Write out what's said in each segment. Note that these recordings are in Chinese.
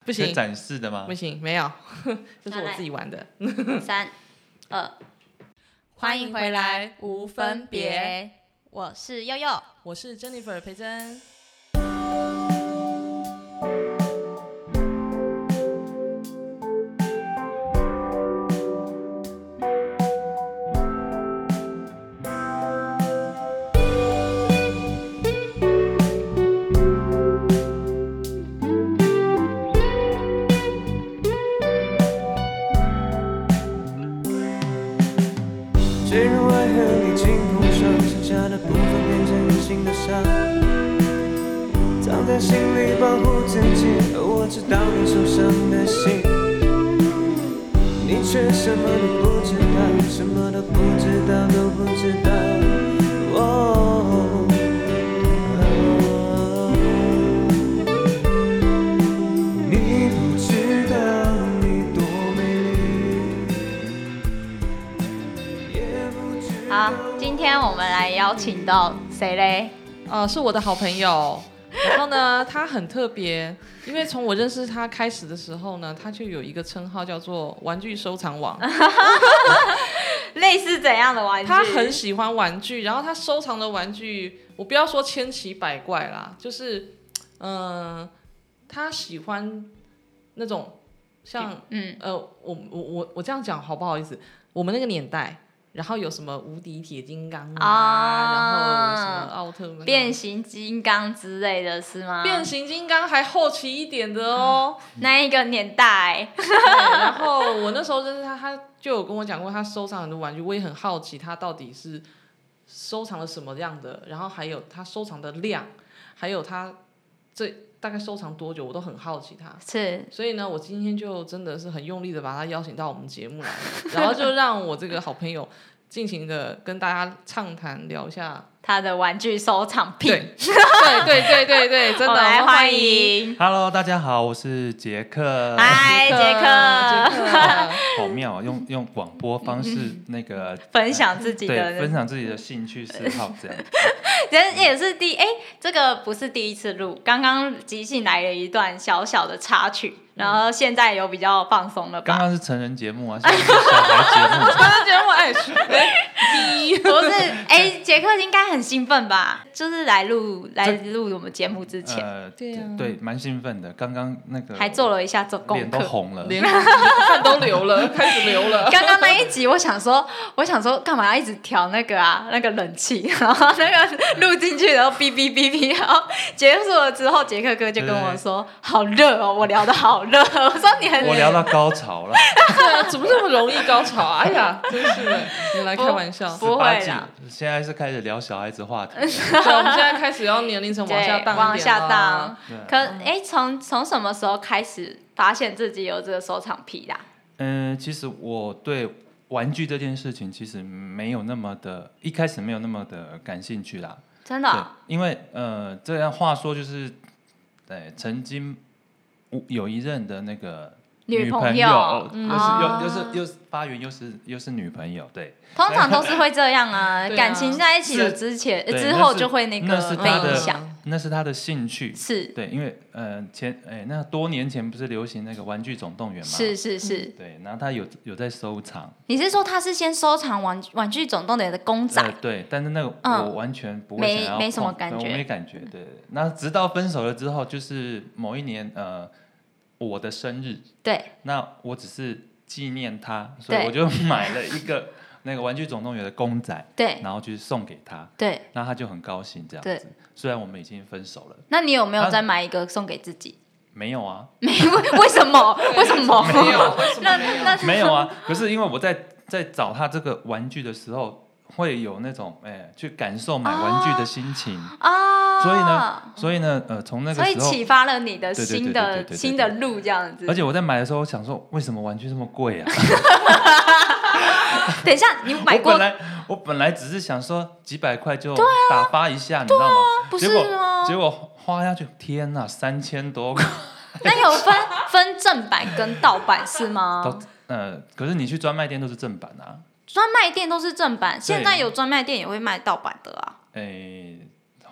不可以行展示的吗不？行，没有，这是拿我来自己玩的。三二，欢迎回来无分别，我是悠悠。我是 Jennifer 培珍。谁让爱和你情同上，剩下的部分变成隐形的伤，藏在心里保护自己，而我知道你受伤的心，你却什么都不知道，什么都不知道，都不知道。哦你不知道你多美丽。好，今天我们来邀请到谁嘞？呃，是我的好朋友。然后呢，他很特别，因为从我认识他开始的时候呢，他就有一个称号叫做“玩具收藏 王”。类似怎样的玩具？他很喜欢玩具，然后他收藏的玩具，我不要说千奇百怪啦，就是，嗯、他喜欢那种像嗯，呃，我我我我这样讲好不好意思？我们那个年代，然后有什么无敌铁金刚啊，啊然后什么奥特曼啊、变形金刚之类的是吗？变形金刚还后期一点的 哦。那一个年代，对然后我那时候认识他，他就有跟我讲过，他收藏很多玩具，我也很好奇他到底是收藏了什么样的，然后还有他收藏的量，还有他这大概收藏多久，我都很好奇他。是所以呢，我今天就真的是很用力的把他邀请到我们节目来了，然后就让我这个好朋友尽情的跟大家畅谈聊一下。他的玩具收藏品。对，对对对对对，真的，我们来我们欢欢迎迎， Hello，大家好，我是杰克。嗨，杰克，杰克，好妙啊，用用广播方式那个分享自己对分的，享自己的兴趣嗜好这 样。人也是第哎，这个不是第一次录，刚刚即兴来了一段小小的插曲，然后现在有比较放松了刚吧？刚是成人节目啊，现在是小孩节目。他节目哎，哎 不是，哎，杰克应该很兴奋吧？就是来录来录我们节目 之前，呃，对啊对，蛮兴奋的。刚刚那个还做了一下做功呃脸都课。红了，连汗都流了，开始流了。刚刚那一集，我想说，我想说，干嘛要一直调那个啊，那个冷气， 然后那个录进去，然后哔哔哔哔，然后结束了之后，杰克哥就跟我说，好热哦，我聊的好热， 我说你很我聊到高潮了。对啊，怎么这么容易高潮啊？哎呀，真是的，你来开玩笑。 不八会戒啦，现在是开始聊小孩子话题了。 对，我们现在开始要年龄层往下对，荡，往下荡。。对啊可哎，从从什么时候开始发现自己有这个收藏癖的啊？嗯，其实我对玩具这件事情其实没有那么的，一开始没有那么的感兴趣啦。真的对哦，，因为呃，这样话说就是，对，曾经我有一任的那个女朋友友，又哦是又又是又是发源，又是又是女朋友，对，通常都是会这样啊，对啊感情在一起了哎是之前对之那后是就会那那个是被他影的响，那是他的兴趣。是对，因为呃前哎、那多年前不是流行那个《玩具总动员》嘛，嗯是是是。对，然后他有有在收藏，你是说他是先收藏玩玩具总动员的公仔？呃，对，但是那个嗯我完全不会没想要碰，没什么对感觉我没感觉。对，那直到分手了之后，就是某一年，呃，我的生日，对，那我只是纪念他，所以对我就买了一个那个《玩具总动员》的公仔，对然后去送给他，对。那他就很高兴这样对子。虽然我们已经分手了，那你有没有再买一个送给自 己？没有啊，为什么？为什么？没有，为什 那么没有？那没有啊，可是因为我在在找他这个玩具的时候。会有那种哎、去感受买玩具的心情，啊！所以呢，所以呢，呃，从那个所以时候，启发了你的对对对新对对对的对新的路，这样子而。且我在买的时候，我想说，为什么玩具这么贵啊？等一下，你买我过本啊来我本来只是想说几百块就打发一下，你知道吗？不结是果吗？结果花下去，天哪，三千多块。那有分分正版跟盗版是 都吗？呃，可是你去专卖店都是正版啊，专卖店都是正版，现在有专卖店也会卖盗版的啊。哎，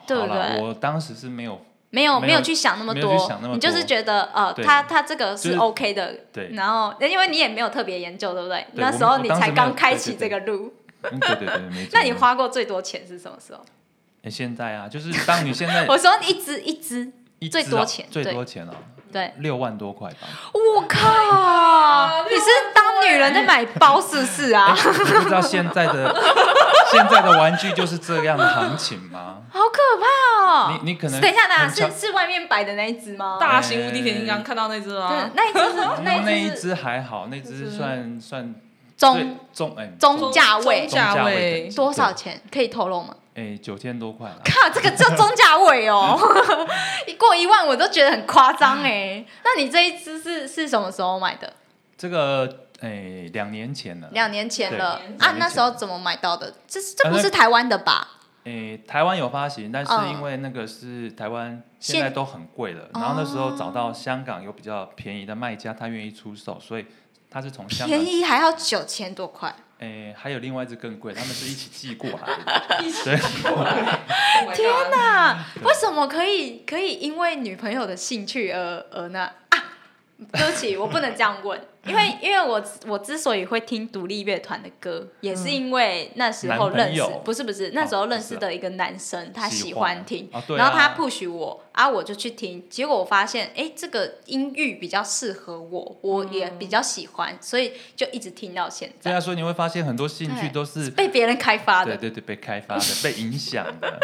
对好不啦对我当时是没有没有没有没有去想那么没有多去想那么你就是多觉得呃，对他他这个就是是 OK 的，对，然后因为你也没有特别研究，对不对？对那时候我你我当时才没有刚开对对启这对个路，嗯对对 对，没错。那你花过最多钱是什么时候？诶现在啊，就是当你 现在我说一只一只，一最只多啊钱最对多钱了，对，六万多块吧。我靠，你是当女人在买包是不是啊？诶你不知道现在的 现在的玩具就是这样的行情吗？ 好可怕哦！你你可能等一下，等一很下，常是是外面摆的那一只吗？大型无敌铁金刚看到那只了对啊，那一只 是那哦那一一只是只还好，那只是算算最中中哎中中价位中价中价位位的多少钱？可以透露吗？哎九千多块啦。靠，这个叫中价位哦， 一过一万我都觉得很夸张哎。那你这一只是是什么时候买的？这个哎两年前了，两年前了对啊两年，前那时候怎么买到的？这是这啊不那是台湾的吧？哎台湾有发行，但是嗯因为那个是台湾现现在都很贵了，然后那时候找到香港有比较便宜的卖家，他愿意出售，所以他是从香港便宜还要九千多块，哎还有另外一只更贵，他们是一起寄过来 的，对。天啊哪！那嗯为什么可以可以因为女朋友的兴趣而而那啊？对 不起，我不能这样问，因为因为我我之所以会听独立乐团的歌，也是因为那时候嗯男朋认识友，哦不是不是，那时候认识不是啊的一个男生，他喜喜欢欢听，哦对啊然后他 push 我啊，我就去听，结果我发现，哎，这个音域比较适合我，我也比较喜欢，所以就一直听到现对在，啊，所以你会发现很多兴趣对都是被别人开发的对。对对被开发的、 被影响的。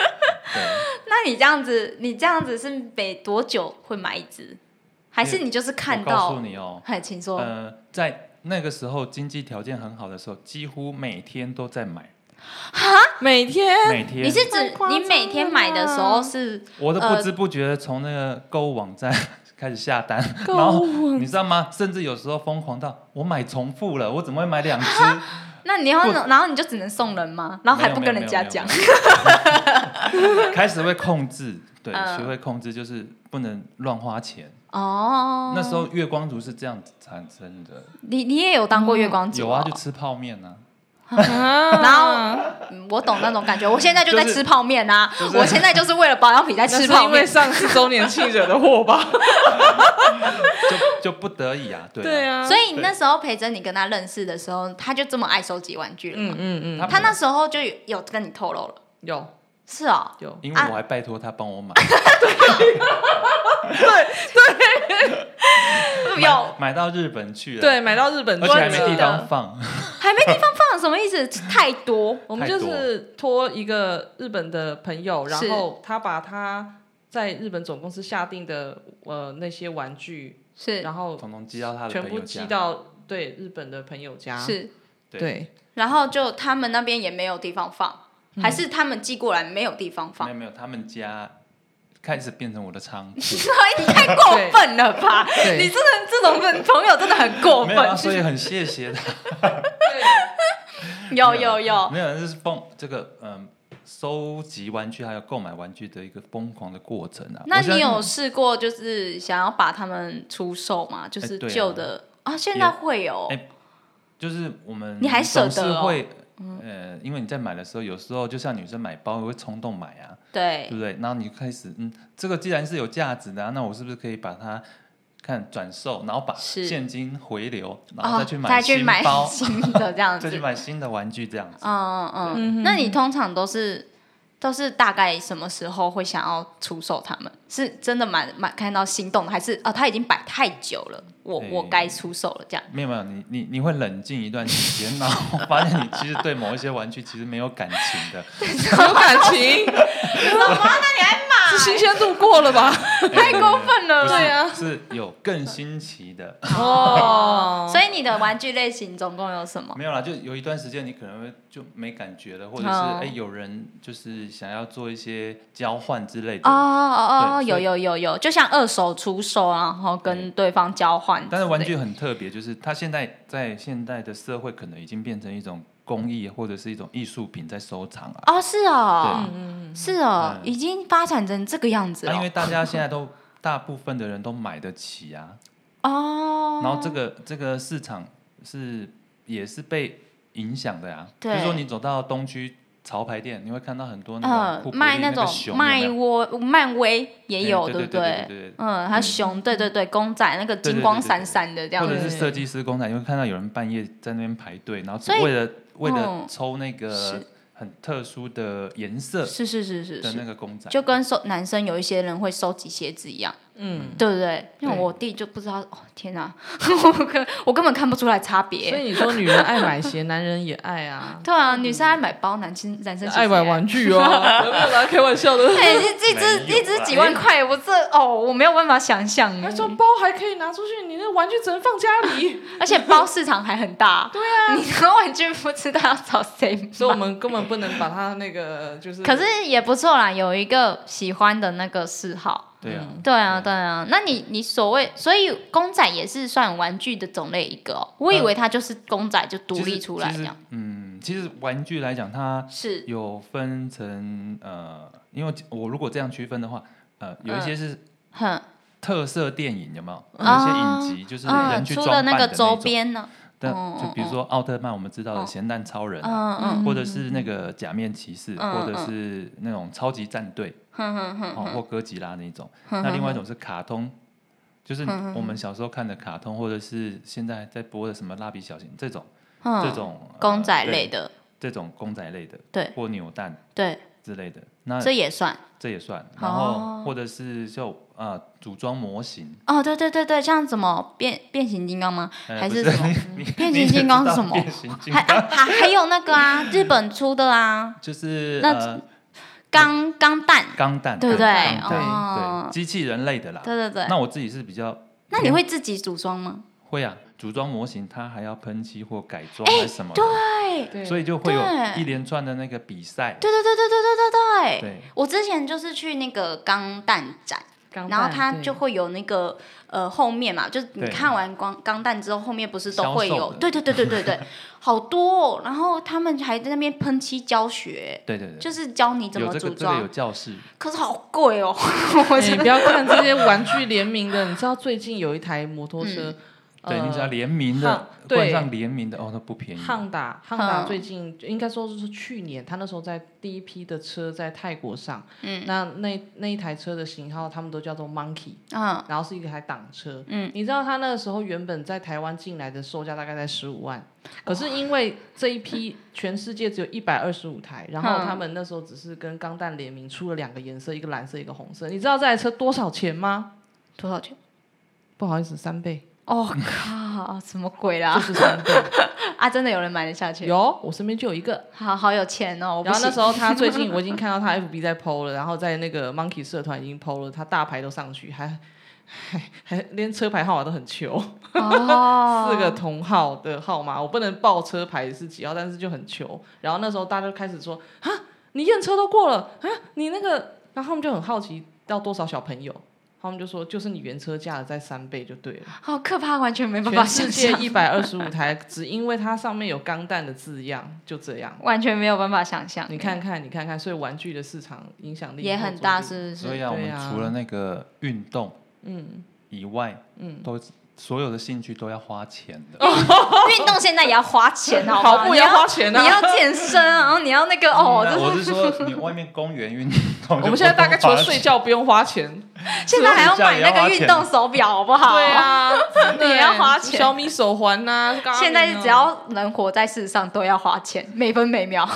那你这样子，你这样子是每多久会买一只？还是你就是对，看我告诉到？你哦，嗨，请说。呃，在那个时候经济条件很好的时候，几乎每天都在买，每天 每天你是指你每天买的时候是我都呃不知不觉地从那个购物网站 开始下 单，然后你知道吗？甚至有时候疯狂到我买重复了，我怎么会买两只？那你要不然后你就只能送人吗？ 然后还不跟人家讲，没有。没有没有没有没有 开始会控制，对，嗯学会控制就是不能乱花钱。哦。那时候月光族是这样子产生的，你你也有当过月光族有哦啊，就吃泡面啊。然后嗯我懂那种感觉，我现在就在就是吃泡面啊就，是我现在就是为了保养品在那吃是泡因为面。上次周年庆惹的祸吧？就就不得已 啊，对啊对，啊，所以你那时候陪着你跟他认识的时候，他就这么爱收集玩具了嗯吗？嗯嗯，他啊他那时候就有有跟你透露了，有是哦，有，因为我还拜托他帮我买，有 买到日本去了，，对，买到日本而且还没地去了方放，还没地方放，什么意思？太多我们就太多是托一个日本的朋友，然是后他把他在日本总公司下定的呃那些玩具，是然后统统寄到他的全朋部友寄家，到对日本的朋友家。，是，对对，然后就他们那边也没有地方放，还是他们寄过来没有地方没放有？没有，他们家开始变成我的仓 库，你太过分了吧！对你真的这种人朋友真的很过没有啊，分。所以很谢谢 他，有没有有有，没有，这是疯这个嗯，收集玩具还有购买玩具的一个疯狂的过程啊。那我现你在有试过就是想要把他们出售吗？就是哎对啊旧的啊，现在会有哎就是我们你还舍总得是哦会呃，因为你在买的时候，有时候就像女生买包也会冲动买啊，对对不对？然后你就开始，嗯，这个既然是有价值的啊、那我是不是可以把它看转售，然后把是现金回流，然后哦再去，买再去新买包， 新的这 样再去子。买新的玩具这样子。嗯嗯，那你通常都是都是大概什么时候会想要出售他们？是真的蛮蛮看到心动的，还是啊他已经摆太久了，我哎我该出售了这样？没有没有，你你你会冷静一段时间，然后 发现你其实对某一些玩具其实没有感情的，有感情， 什么？那你还是新鲜度过了吧？ 太过分哎了不是对啊是有更新奇的。哦， 所以你的玩具类型总共有什么？没有啦，就有一段时间你可能会就没感觉了，或者是哦哎、有人就是想要做一些交换之类的，哦哦哦，对有所以有有有，就像二手出售，啊然后跟对方交换。但是玩具，很特别，就是它现在在现代的社会可能已经变成一种工艺或者是一种艺术品在收藏啊。哦，是哦，对，是哦，嗯已经发展成这个样子那、啊了因为大家现在都大部分的人都买得起啊，哦。然后这个这个市场是也是被影响的呀、啊。对比如说你走到东区潮牌店，你会看到很多那嗯种、，卖那那种熊有没卖有窝漫威也有，哎对不对对对对对嗯，它熊，对对对，公仔那个对对金对光对对闪闪的这样或者子，是对设计师工厂，你会看到有人半夜在那边排队，然后只所以为了为了嗯抽那个是很特殊的颜色是是是是的那是，个公仔，就跟收男生有一些人会收集鞋子一样，嗯，对不对？像对我弟就不知道，哦天哪， 我根我根本看不出来差所以别。你说女人爱买鞋，男人也爱啊，对啊，嗯女生爱买包，男生男生其实爱也买玩具哦，有没有拿来开玩笑的？ 哎，一一只没有一只啦几万块，我这哦，我没有办法想象他哎。说包还可以拿出去，你那玩具只能放家里， 而且包市场还很大。对啊，你的玩具不知道要找谁买。所以我们根本不能把它那个就是。可是也不错啦，有一个喜欢的那个嗜好。对啊，对啊，对对啊。那你你所谓，所以公仔也是算玩具的种类一个哦。我以为它就是公仔就独其实立出来其这实样。嗯，其实玩具来讲，它是有分成呃，因为我如果这样区分的话，呃，有一些是哼，特色电影，有没有？有啊一些影集就是人嗯，去出装了扮那个的周种边呢，但嗯就比如嗯说奥特曼，我们知道的嗯咸蛋超人啊，嗯嗯，或者是那个假面骑士，嗯或者嗯是那种超级战队，哼哼哼哦，或哥吉拉那种。那另外一种是卡通，就是嗯嗯我们小时候看的卡通，或者是现在在播的什么蜡笔小新这种哼，这种呃公仔对类的，这种公仔类的，对或扭蛋对，之类的，那这也算。这也算。然后或者是就呃组装模型，哦，对对对对，像什么变变形金刚 吗？呃还不是是什么？嗯你变你形也金知刚是道什么变形金还刚啊还还有那个啊，日本出的啊，就是那呃钢钢弹，钢弹，对不对钢弹哦对，机器人类的啦。对对对。呃那我自己是比较那你会自己组装吗？会啊，组装模型它还要喷漆或改装还是什么的，哎对，对所以就会有对一连串的那个比赛。对对对对对对对对。对，我之前就是去那个钢弹展，钢然后弹它 对就会有那个呃后面嘛，就是你对看完光钢弹之后，后面不是销都售会有？的对对对对对对， 好多、哦。然后他们还在那边喷漆教学，对对对，就是教你怎有么这组个这个装，有哎教室，可是好 贵哦。我哎你真不的要看这些玩具联名的，你知道最近有一台摩托车，对呃你只要联名汉的，对冠上联名的哦，那不便宜。汉达，汉达嗯最近应该说是去年，他那时候在第一批的车在泰国上，嗯那那那一台车的型号他们都叫做 Monkey，嗯然后是一台挡车，嗯，你知道他那个时候原本在台湾进来的售价大概在十五万，可是因为这一批全世界只有一百二十五台，然后嗯他们那时候只是跟钢弹联名出了两个颜色，一个蓝色，一个红色，你知道这台车多少钱吗？多少钱？不好意思，三倍，哦靠，什么鬼 就啦？是三 倍。啊，真的有人买得下去？有，我身边就有一个，好好有钱哦！我不然后那行时候他最 近我已经看到他 FB 在 PO 了，然后在那个 Monkey 社团已经 PO 了，他大牌都上去，还还还连车牌号码都很求， 哦 四个同号的号码，我不能报车牌是几号，但是就很求。然后那时候大家就开始说啊，你验车都过了啊，你那个，然后他们就很好奇要多少小朋友，他们就说就是你原车价的再三倍就对了。好可怕，完全没办法全世想界象，一百二十五台，只因为它上面有钢弹的字样，就这样。 完全没有办法想象。你看看，你看看，所以玩具的市场影响力也很大，后坐力是不所是？以啊，我对们啊除了那个运动嗯以外，嗯，都所有的兴趣都要花钱的。运动现在也要 花钱，好跑好？步你也要要花钱你啊。嗯要健身，然后你 要那个哦，那这我是是说，你外面公园运动， 我们现在大概除了睡觉不用花钱，现在还要买那个运动手表，好不啊好？对，啊，真的也要花钱小米手环呐、Garmin 啊，现在是只要能活在世上都要花钱，每分每秒。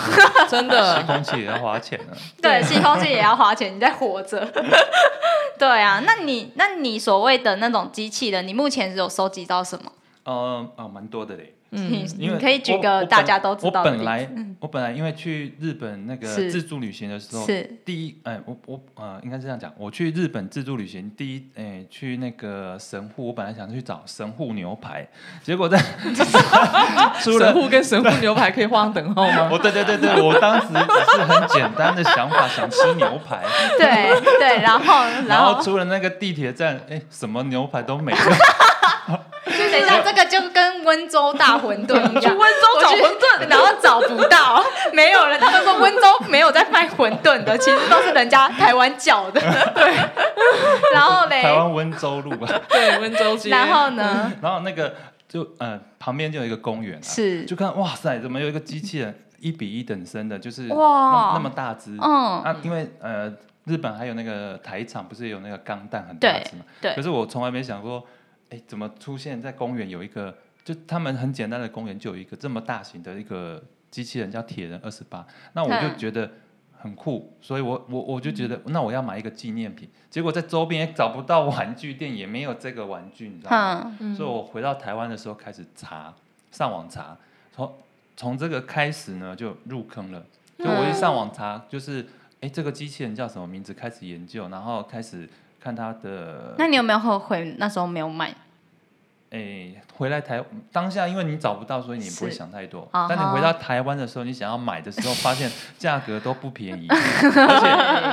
真吸 的空气也要花钱啊。对，吸空气也要花钱，你在活着。 对啊，那你那你所谓的那种机器人，你目前有收集到什么？嗯啊，蛮多的嘞。你嗯，因为你可以举我个我大本家都知道我的本例来子。嗯我本来因为去日本那个是自助旅行的时候，是第一，哎、我我呃，应该是这样讲，我去日本自助旅行，第一，哎、去那个神户，我本来想去找神户牛排，结果 在 出神了。户跟神户牛排可以画上等号 吗？我哦对对对对，我当时只是很简单的想法，想吃牛排，对对，然后然 然后后出了那个地铁站，哎，什么牛排都没 有。等一下，这个就跟温州大馄饨一 样，温州找馄饨，然后找不到， 没有了。他们说温州没有在卖馄饨 的，其实都是人家台湾叫的。 对，然后嘞台，湾嗯温州路啊吧，对，温州街，嗯然后呢？然后那个就呃旁边就有一个公园、啊，是就看哇塞，怎么有一个机器人？一比一等身的，就是哇那那么大只。嗯，啊，因为呃，日本还有那个台场，不是有那个钢弹很大只嘛？对对可是我从来没想过，哎，怎么出现在公园有一个，就他们很简单的公园就有一个这么大型的一个机器人叫铁人二十八，那我就嗯觉得。很酷，所以我我我就觉得，那我要买一个纪念品。结果在周边也找不到玩具店，也没有这个玩具，你知道吗？嗯，嗯所以我回到台湾的时候开始查，上网查，从从这个开始呢就入坑了。就嗯我一上网查，就是哎、诶这个机器人叫什么名字，开始研究，然后开始看它的那你有没有后悔那时候没有买？哎、回来台当下，因为你找不到，所以你不会是想太多。啊哈但你回到台湾的时候，你想要买的时候，发现价格都不便宜， 而且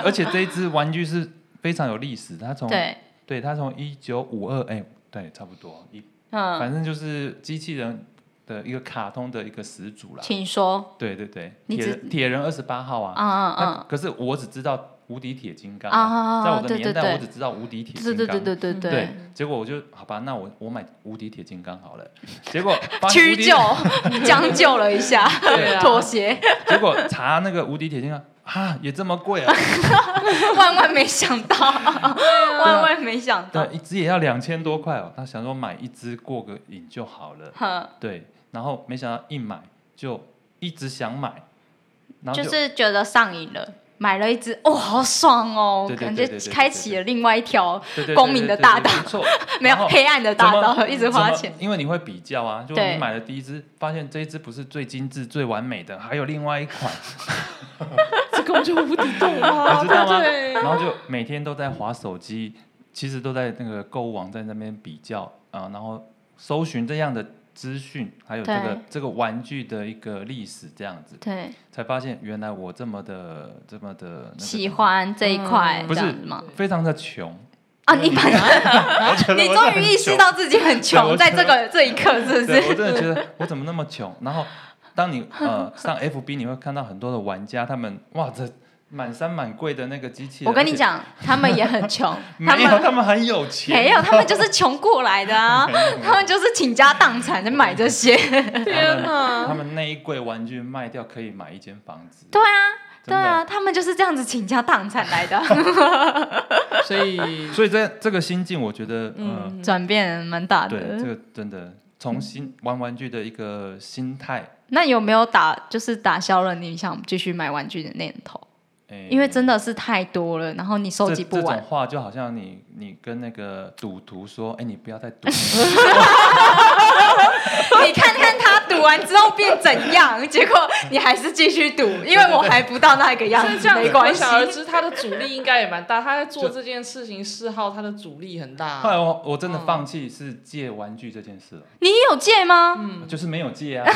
而且这一只玩具是非常有历史，它从对，对它从一九五二哎对差不多一嗯，反正就是机器人的一个卡通的一个始祖啦。请说，对对对，你铁只人铁人二十八号啊。嗯嗯那嗯，可是我只知道无敌铁金刚啊在我的对年对对代我只知道无敌铁对金对刚。啊对对对对结果我就好吧，那我我买无敌铁金刚好 了。结果发现无屈敌就，将就了一下， 对啊妥协，结果查那个无敌铁金刚啊，也这么贵 啊？万万没想到，万万没想到对，，一只也要两千多块哦。他想说买一只过个瘾就好了。哼，对，然后没想到一买就一直想买，然后就就是觉得上瘾了。买了一只，哦，好爽哦！对对感对觉对对对开启了另外一条对对对光明的对对大对道，没错 没有然后黑暗的怎大么道，一直花怎钱么。因为你会比较啊，就对你买了第一只，发现这一只不是最精致、最完美的，还有另外一款，这根本就无底洞啊！ 你知道吗？对然后就每天都在划手机，其实都在那个购物网站那边比较啊、然后搜寻这样的资讯，还有这个对这个玩具的一个历史，这样子对，才发现原来我这么的这么的、那个喜欢这一块嗯不这是样子吗？非常的穷，啊，你本 来我觉得你我真的终很于意识穷到自己很对穷，我在这个这一刻是不对，我是？真的觉得我怎么那么穷？然后当你呃上 FB，你会看到很多的玩家，他们哇这满山满柜的那个机器人，我跟你而且，讲，他们也 很穷，他没有，们他们很有钱，没有，他们就是穷过来 的啊，他们就是倾家荡产在买这些。天他哪！们那一柜玩具卖掉可以买一间房子，对啊，真对的啊，他们就是这样子倾家荡产来的。啊 所以所以这这个心境，我觉得呃，嗯，转变蛮大对，这的。个真的从新玩玩具的一个心态，那有没有打就是打消了你想继续买玩具的念头？哎因为真的是太多了，然后你收这集不这完种。话就好像你你跟那个赌徒说，哎，你不要再赌了， 你看看他赌完之后变怎样，结果你还是继续赌，因为我还不到那个样所以这子，样没子，关可系。想而知，他的阻力应该也蛮大。他在做这件事情嗜好，他的阻力很后来大。哎我我真的嗯放弃是借玩具这件事了，啊你有借吗？嗯，就是没有借啊。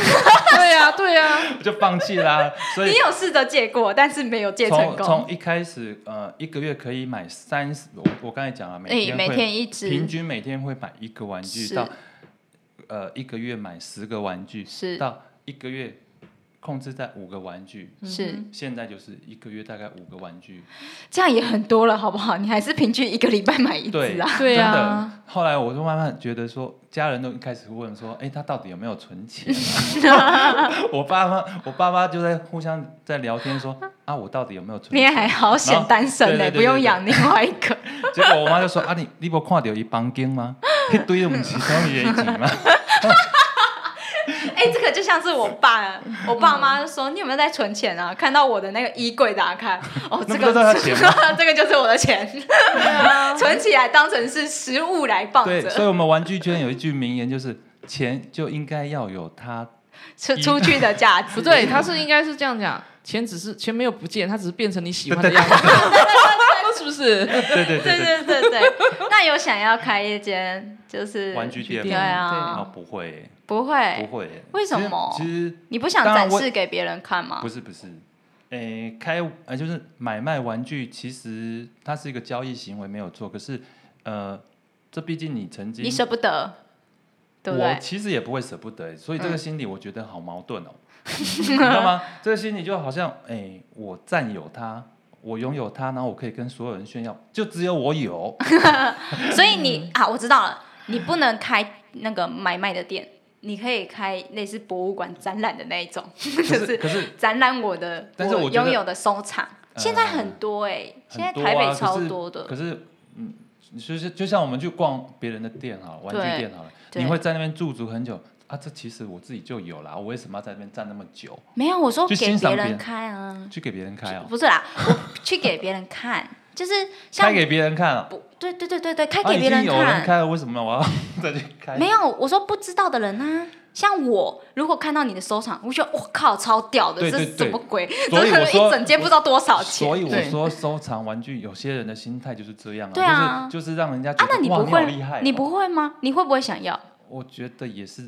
对呀，对啊呀，我就放弃 啦、所以你有试着借过，但是没有借成从功。从一开始，呃，一个月可以买三十，我我刚才讲了，每哎，天会、每天一平只均每天会买一个玩具是到，呃，一个月买十个玩具是到一个月控制在五个玩具，是现在就是一个月大概五个玩具，这样也很多了，好不好？你还是平均一个礼拜买一只对啊。对真呀。的。后来我就慢慢觉得说，家人都开始问说，哎、他到底有没有存钱、啊 我爸妈，我爸妈就在互相在聊天说， 啊，我到底有没有存你钱？也还好，显单身然呢，后对对对不用养另外一个。结果我妈就说：“啊，你你不看到一房间吗？一堆不是什么原钱吗？哎、这个就像是我爸，我爸妈就说你有没有在存钱啊？看到我的那个衣柜打开，哦，这那不个都是他钱 这个就是我的钱，啊存起来当成是食物来放对，所着，以我们玩具圈有一句名言，就是钱就应该要有它。出出去的价值不对，他是应该是这样讲，钱只是钱没有不见，它只是变成你喜欢的样子， 是不是？对对对对对，对对对。 那有想要开一间就是玩具店对吗啊啊，，不会不不会，会，为什么啊其实其实你不想当然展我示给别人看吗不？是不是，诶，开呃就是买卖玩具，其实它是一个交易行为没有错，可是呃，这毕竟你曾经你舍不得，对不我对？其实也不会舍不得，所以这个心理我觉得好矛 盾哦，你知道吗？这个心理就好像，哎、我占有它，我拥有它，然后我可以跟所有人炫耀，就只有我 有，所以你啊，我知道了，你不能开那个买卖的店，你可以开类似博物馆展览的那一种，可就是是可是展览我的但是我我觉得拥有的收藏。呃现在很多哎、现在很多台北啊超可是多的，可是嗯，就是就像我们去逛别人的店好了，玩具对店好了，对你会在那边驻足很久啊？这其实我自己就有啦，我为什么要在那边站那么久？没有我说去给欣赏别别人人开啊，去给别人开哦、不是啦，我去给别人看， 就是像开给别人看、哦。不对对对对对，开啊，给已别经人有看，人开了，为什么我要 再去开？没有我说不知道的人啊。像我如果看到你的收藏，我就觉得我靠超屌的，对这对是什么鬼？所以这我是说一整间不知道多少钱。所以我对说收藏玩具，有些人的心态就是这样啊，对啊就是就是让人家觉啊，得、那你哇不你好会厉害哦、你不会吗？你会不会想要？ 我觉得也是，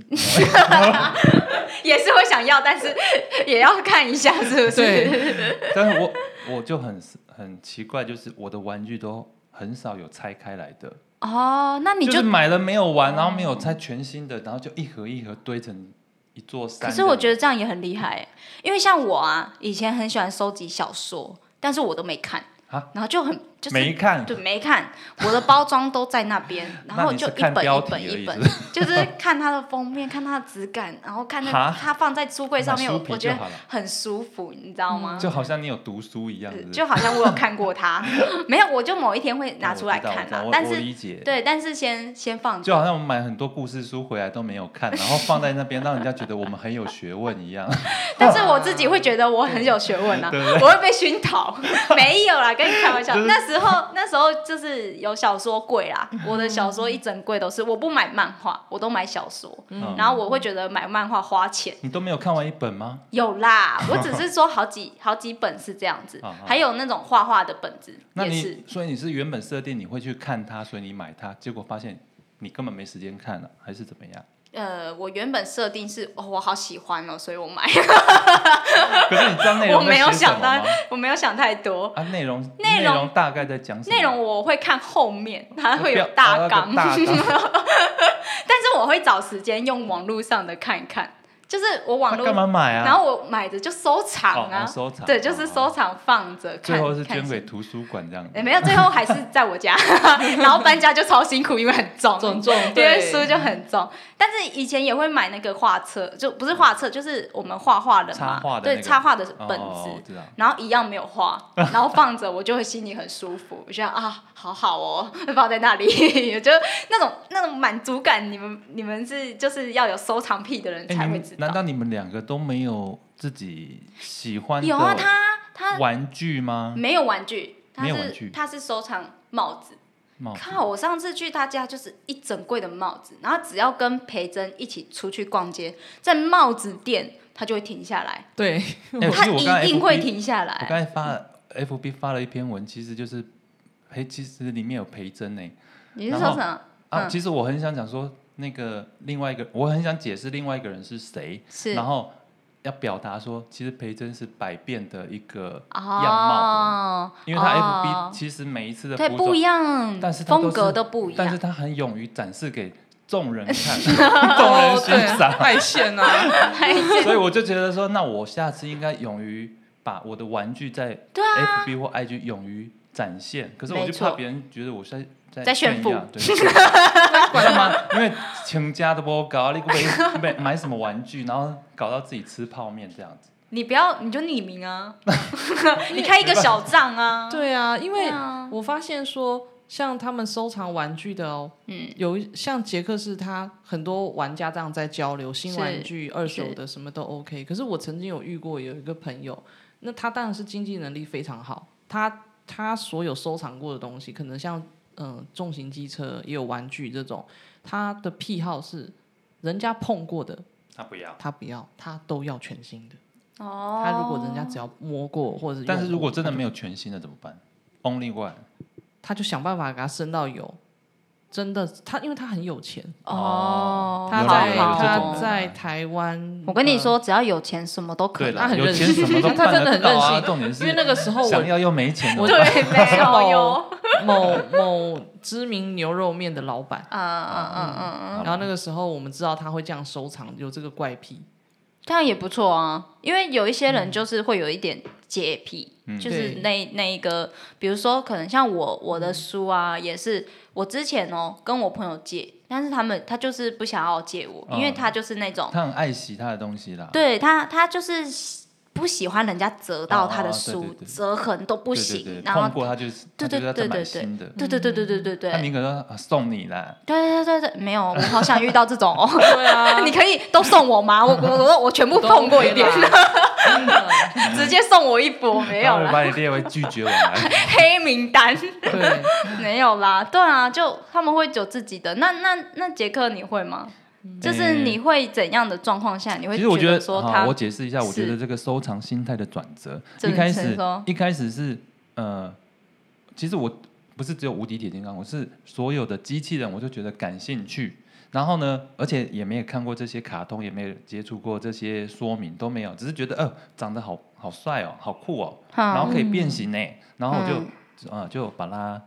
也是会想要，但是 也要看一下，是不是？对，但是我我 就很很奇怪，就是我的玩具都很少有拆开来的，哦，那你就就是买了没有玩，然后没有拆全新的，然后就一盒一盒堆成一座山。可是我觉得这样也很厉害欸，因为像我啊，以前很喜欢收集小说，但是我都没看啊，然后就很就是没看，对没看，我的包装都在那边， 然那后你就是一看本标一题本而一已本是不， 就是看它的封面，看它的质感，然后看那哈它放在书 柜上面，买书我皮我觉就好得了嗯很舒服，你知道吗？就好像你有读书一样，是不是呃就好像我有看过它， 没有，我就某一天会拿出来哦我知道看我知道啦我。但我是理解，对，但是先先放就好像我们买很多故事书回来都没有 看，然后放在那边，让人家觉得我们很有学问一样。 但是我自己会觉得我很有学问啊，对对我会被 熏陶。没有啦，跟你开玩笑。就是嗯那时候那时候就是有小说柜啦，我的小说一整柜都是，我不买漫画，我都买小说。嗯然后我会觉得买漫画花钱，你都没有看完一本吗？有啦， 我只是说好几好几本是这样子啊啊，还有那种画画的本子那也是你。所以你是原本设定你会去看它，所以你买它，结果发现你根本没时间看了、还是怎么样？呃，我原本设定是哦，我好喜欢哦，所以我买， 可是你知道内容我在没有写什么想吗到？，我没有想太多。啊，内容内内容容大概在讲什么？内容我会看后面，它会有不要大啊纲。那个大纲但是我会找时间用网络上的看一看，就是我 网那络，干嘛买啊？然后我买的就收藏哦啊，哦收藏哦对，就是收藏放着，看最后是看捐给心图书馆这样。哎没有，最后还是在 我家，然后搬家就超辛苦，因为很重，种种因为对书就很重。但是以前也会买那个画册，就不是画册，就是我们画画的嘛，插画的那对，个插画的哦本子。哦，我知道。然后一样没有 画，然后放着，我就会心里很舒服，我觉得啊，好好哦， 放在那里，就那种那种满足感，你们你们是就是要有收藏癖的人哎才你会们知道。难道你们两个都没有自己喜欢有啊，的他他玩具吗？没有玩具，他没是有玩具哦他是收藏帽子。 帽子靠！我上次去他家就是一整柜的帽子，然后只要跟培珍一起出去逛街，在帽子店他就会停下来，对，哎其他实我刚才一定会 FB 停下我来。刚才发了 FB 发了一篇文，其实就是培，其实里面有培真呢、你是然说后什么？啊，嗯其实我很想讲说那个另外一个，我很想解释另外一个人是谁，是然后要表达说，其实培真是百变的一个样貌的，哦，因为他哦 FB 其实每一次的对，服不装一样，但是它都风格是都不一但是样。他很勇于展示给众人看， 众人哦对欣赏啊，外线啊，哎所以我就觉得说，那我下次应该勇于把我的玩具在对啊 FB 或 IG 勇于展现。可是我没就错怕别人觉得我在在在炫炫富耀，对， 对干嘛？因为全家都不搞，你买买买什么玩具，然后搞到自己吃泡面这样子。你不要，你就匿名 啊，你开一个小账啊。对啊，因对为啊我发现说，像他们收藏玩具的哦，嗯，有一像杰克是他很多玩家这样在交流，新是玩具、二手是的什么都 OK。可是我曾经有遇过有一个朋友，那他当然是经济能力非常好，他他所有收藏过的东西，可能像嗯、呃重型机车也有玩具这种，他的癖好是人家碰过的他不要。他不要，他都要全新的。哦，他如果人家只要摸过或者是用过，但是如果真的他就没有全新的怎么办？Only one。他就想办法给他升到有。真的，他因为他很有钱，哦，他有啦在有啦有这种他人在台湾。我跟你呃说，只要有钱，什么都可对以。他了，很有任钱性什么都 他真办得的很到啊。任性重点是呃因为那个时候我想要又没钱的我话，对，没有哟。某某知名牛肉面的老板，嗯嗯嗯嗯嗯，然后那个时候我们知道他会这样收藏，有这个怪癖，这样也不错啊。因为有一些人就是会有一点洁癖，嗯就是对那那一个，比如说可能像我我的书啊，嗯也是我之前哦跟我朋友借，但是他们他就是不想要借我，因为嗯他就是那种他很爱惜他的东西啦。对他，他就是喜不喜欢人家折到他的哦哦对书，对对折痕都不对行，对对然碰后过他就是，对对他就是要再对对买对新的。对对对对对对对他宁可说啊送你啦，对对对对，没有， 我好想遇到这种哦。对啊，你可以都送我吗？我我我我全部都碰过一 OK 遍 啦，真的直接送我一波，没有然后我啦，把你列为拒绝往 来。黑名单对， 没有啦。对啊，就他们会有自己的。那那那杰克你会吗？就是你会怎样的状况下你会嗯其实我觉得得，说好他我解释一下，我觉是得这个收藏心态的转折，怎一么开怎么始说一开始是呃，其实我不是只有无敌铁金刚，我是所有的机器人，我就觉得感兴趣。然后呢，而且也没有看过这些卡通，也没有接触过这些说明，都没有，只是觉得呃长得好好帅哦，好酷哦，然后嗯可以变形呢，然后我就嗯呃就把它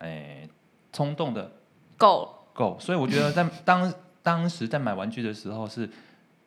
诶冲动的够够，所以我觉得 在当当时在买玩具的时候是，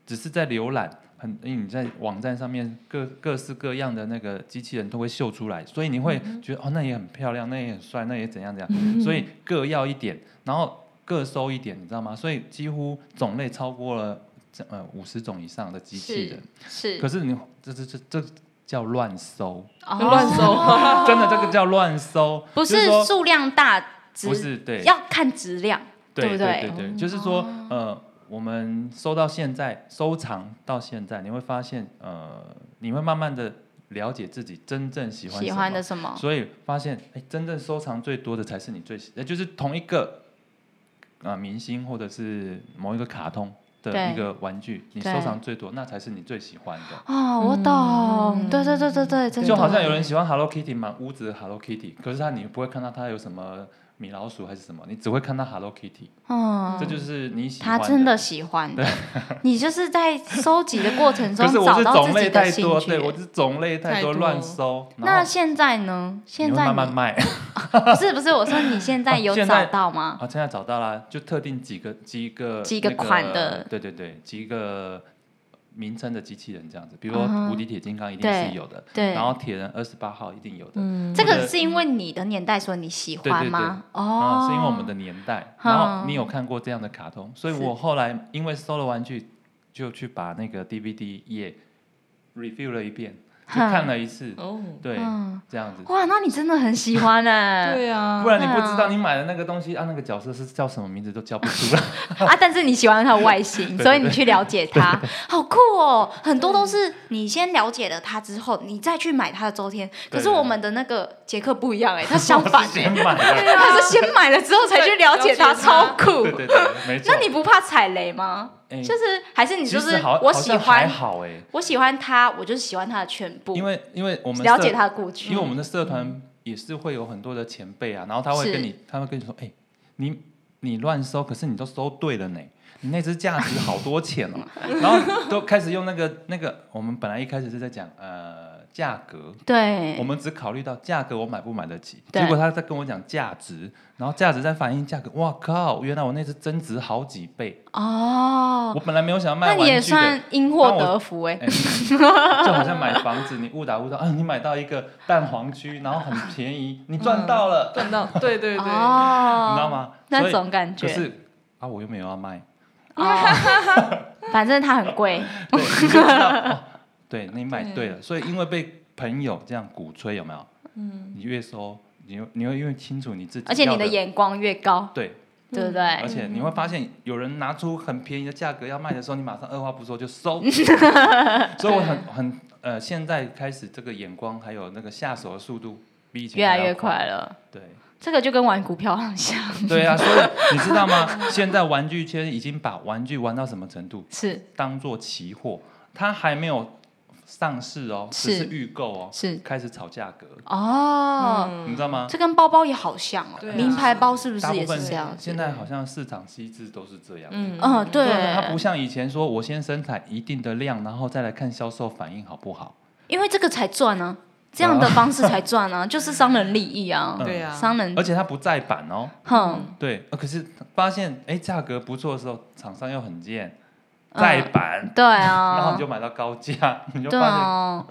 只是在浏览，很因为你在网站上面各各式各样的那个机器人都会秀出来，所以你嗯会觉得、哦，那也很漂亮，那也很帅，那也怎样怎样，所以各要一点，然后各收一点，你知道吗？所以几乎种类超过了呃五十种以上的机器人，是可是你这这这这叫乱收，哦乱收，真的这个叫乱收，不就是说数量大，不质是对要看质量，对不对对哦对对，就是说，呃，我们收到现在，收藏到现在，你会发现，呃，你会慢慢的了解自己真正喜欢喜什欢么的什么？所以发现，哎，真正收藏最多的才是你最喜，呃，就是同一个，呃，明星或者是某一个卡通的对一个玩具，你收对藏最多，那才是你最喜欢的。哦，我懂，对对对对对，真的就好像有人喜欢 Hello Kitty，满屋子的 Hello Kitty，可是他你不会看到他有什么米老鼠还是什么，你只会看到 Hello Kitty，、嗯这就是你喜他欢真的喜欢的， 你就是在收集的过程中 可是我找是到种自己类的太兴多，对我趣。是种类太多太多乱搜，那然后现在呢？现你会在慢慢卖 不是不是，我说你现在有哦现找在到吗？啊，现在找到啦，就特定几个几个几个那款的对对对，几个名称的机器人这样子，比如说嗯哼无敌铁金刚一定对是有的，对，然后铁人二十八号一定有的，嗯这我个的是因为你的年代说你喜对欢对吗？啊，哦，是因为我们的年代，嗯然后你有看过这样的卡通，所以我后来因为收了玩具，就去把那个 DVD 也 review 了一遍，就哼看了一次，哦，对，嗯，这样子。哇，那你真的很喜 欢哎、对啊不，然你不对啊知道你买的那个东西啊，那个角色是叫什么名字都叫不出来。啊！但是你喜欢他的外形， 对所以你去了解他，好酷哦！很多都是你先了解了他之后，你再去买他的周天。可是对对我们的那个杰克不 一样哎、他相反哎、先买的。 他是先买了之后才去了解对他，了解他超酷对。对对，没错。那你不怕踩雷吗？哎就是还是你其就实是好我好喜像还欢好哎，我喜欢他，我就是喜欢他的全部，因为因为我们了社解，他的嗯过去。因为我们的社团也是会有很多的前辈啊，然后他会跟你，他会跟你说，哎，你你乱收，可是你都收对了呢。你那只价值好多钱 哦，然后都开始用那个那个，我们本来一开始是在讲呃价格，我对们只考虑到价格，我买不买得起。对结果他在跟我讲价值，然后价值再反映价格。哇靠！原来我那只增值好几倍，哦我，本来没有想要那卖玩具你的。也算因祸得福哎、哎 就好像买房子，你误打误撞啊，你买到一个蛋黄区，然后很便宜，你赚到了，赚到，啊对对对，哦，你知道？吗？那所以种感觉可 是啊，我又没有要卖，哦， 反正它很 贵，对，你就知道哦，对你买对了，所以因为被朋友这样鼓吹，有没有？嗯，你越收，你会你会越清楚你自己，而且你的。眼光越高，对，对不而对？且你会发现，有人拿出很便宜的价格要卖的时候，你马上二话不说就 收。 所以我很很呃，现在开始这个眼光还有那个下手的速度比以前越来还要越快。了。对，这个就跟玩股票很像， 对啊，所以你知道吗？现在玩具圈已经把玩具玩到什么程度？是当做期货，它还没有上市哦，只是是预购哦，是开始炒价格，哦，你嗯知道吗？这跟包包也好像哦对，啊名牌包是不大是部也分是这样子现？在好像市场机制都是这样。嗯嗯，对，它不像以前说我先生产一定的量，然后再来看销售反应好不好。因为这个才赚啊，这样的方式才赚啊，就是商人利 益啊，对啊，商人哦而且它不再版哦，哼，对。呃可是发现哎价格不错的时候，厂商又很贱，再版，对然后啊你，就买到高价，你就对发嗯啊，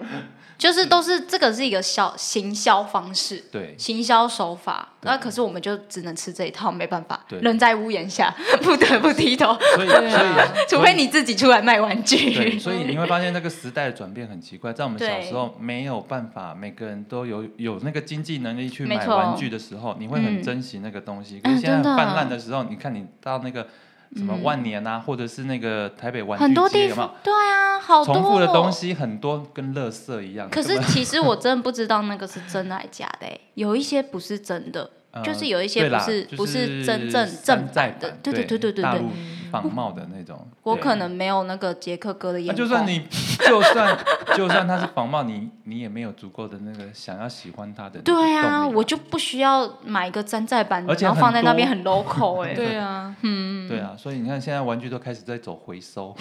就是都是这个是一个销行销方式。现对行销手法，对那可是我们就只能吃这一套，没办法，对人在屋檐下， 不得不低头，所以对所啊以除非你自己出来卖玩对，具。所以你会发现那个时代的转变很奇怪，在我们小时候没有办法，每个人都有有那个经济能力去没买错玩具的时候，你会很嗯珍惜那个东西。可嗯是现在真的泛滥的时候，你看你到那个什么嗯万年啊，或者是那个台北玩具很多街地有没方有？，对啊，好多、哦、重复的东西啊很多，跟垃圾一样。可根是本其实我真的不知道那个是真的还是假的、欸，有一些不是真的，呃就是有一些对啦不是就不是是真正正山寨版的版对对对对对大对陆仿冒的那种。我对可能没有那个杰克哥的眼那光。啊就算你，就算就算它是仿冒，你你也没有足够的那个想要喜欢它的那个对啊，动力我就不需要买一个山寨版的，而且然后放在很多那边很 local 哎、对啊，嗯对啊，所以你看现在玩具都开始在走回收，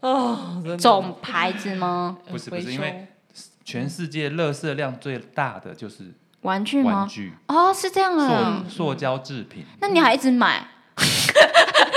哦，真的总牌子吗？不是不回是因收为全世界垃圾量最大的就是玩具玩吗？具、哦，是这样啊。塑塑胶制品。那你还一直买？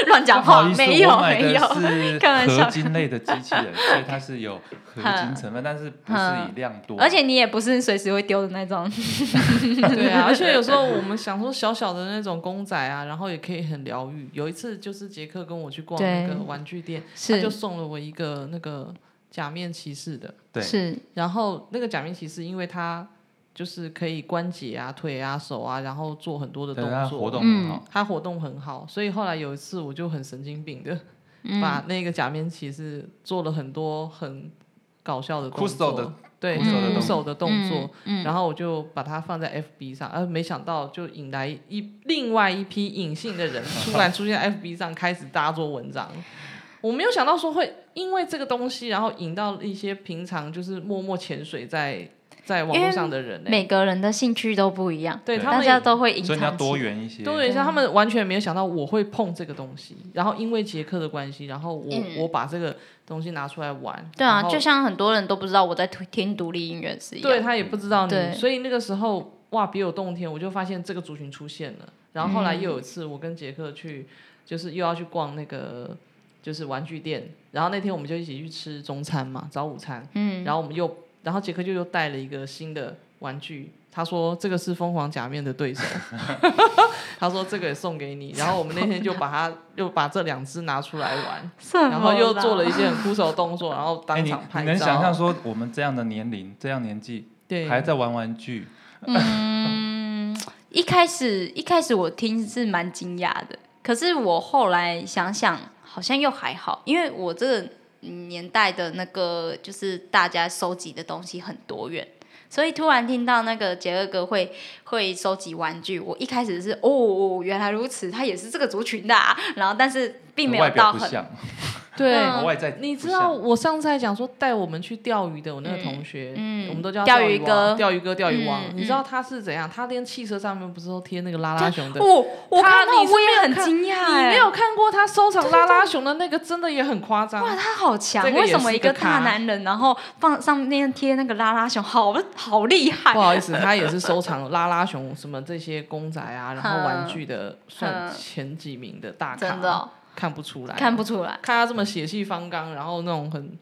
乱讲不好话，意思，没有我买没的有，是 开玩笑合金类的机器 人，所以它是有合金成分，但是不是以量多。而且你也不是随时会丢的那种。嗯对啊，而且有时候我们想说小小的那种公仔啊，然后也可以很疗愈。有一次就是杰克跟我去逛那个对玩具店，他 是就送了我一个那个假面骑士的，对是，然后那个假面骑士因为它就是可以关节啊、腿啊、手啊，然后做很多的对它动作，活动很嗯好，它活动很好，所以后来有一次我就很神经病的、嗯把那个假面骑士做了很多很搞笑的动酷手作，的对，酷很手的酷动手的动作。嗯，然后我就把它放在 FB 上，呃，没想到就引来一另外一批隐性的人突然出现在 FB 上，开始大家做文章。我没有想到说会因为这个东西，然后引到一些平常就是默默潜水在在网络上的人、欸，每个人的兴趣都不一样，对对他大们家也都会隐所以你要藏多起。元一些。都有一下，他们完全没有想到我会碰这个东西，然后因为杰克的关系，然后我、嗯我把这个东西拿出来玩，对啊，然后就像很多人都不知道我在推听独立音乐是一样。对他也不知道对你，所以那个时候哇，别有洞天，我就发现这个族群出现了。然后后嗯来又有一次，我跟杰克去，就是又要去逛那个就是玩具店，然后那天我们就一起去吃中餐嘛，早午餐，嗯，然后我们又，然后杰克就又带了一个新的玩具。他说：“这个是疯狂假面的对手。” 他说：“这个也送给你。”然后我们那天就把它，又把这两只拿出来 玩，然后又做了一些很枯手动作，然后哎，当你场拍你照。能想象说我们这样的年龄、这样年纪对，还在玩玩具？嗯，一开始一开始我听是蛮惊讶的，可是我后来想想好像又还好，因为我这个年代的那个就是大家收集的东西很多元。所以突然听到那个杰克哥会会收集玩具，我一开始是哦，原来如此，他也是这个族群的、啊，然后但是并没有外到表不很像，对，嗯外在你不知道像我上次还讲说带我们去钓鱼的我那个同学，嗯嗯我们都叫他钓鱼鱼王哥钓鱼哥、钓鱼王。嗯你知道他是怎样？他连汽车上面不是都贴那个拉拉熊的？哦，我他看到你是我没也有很看惊讶、你哎没有看过他收藏拉拉熊的那个，真的也很夸张。哇，他好强！这个也为什么是一一个个咖大男人，然后放上面贴那个拉拉熊，好好厉 害不！好意思，他也是收藏拉拉熊什么这些公仔啊，然后玩具的，算嗯前几名的大咖。真的哦看不哎出来，看不出来，看他这么血气方刚，然后那种很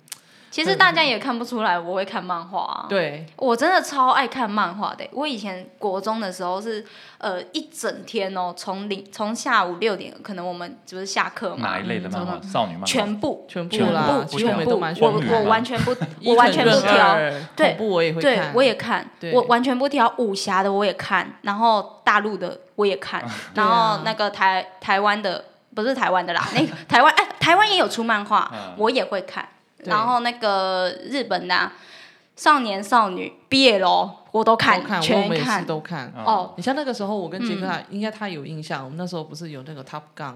其嗯实大家也看不出来我会看漫画啊。对，我真的超爱看漫画的欸、我以前国中的时候是，呃，一整天哦，从零从下午六点，可能我们就是下课嘛哪一，类的漫画？嗯少女漫画。全部全部全啦，部其实我们也都蛮喜欢我全部看我的完全 不，我完全不伊藤润挑，二对恐怖我也会对看，，我也看，对我完全不挑武侠的我也看，然后大陆的我也看，啊然后那个台台湾的不是台湾的啦，那个台湾哎、台湾也有出漫画，啊嗯我也会看，对然后那个日本的、啊、少年少女毕业喽，我都看都看，我全们也是看嗯都啊看。嗯哦，你像那个时候，我跟杰克他应该他有印象，我们那时候不是有那个 Top Gun，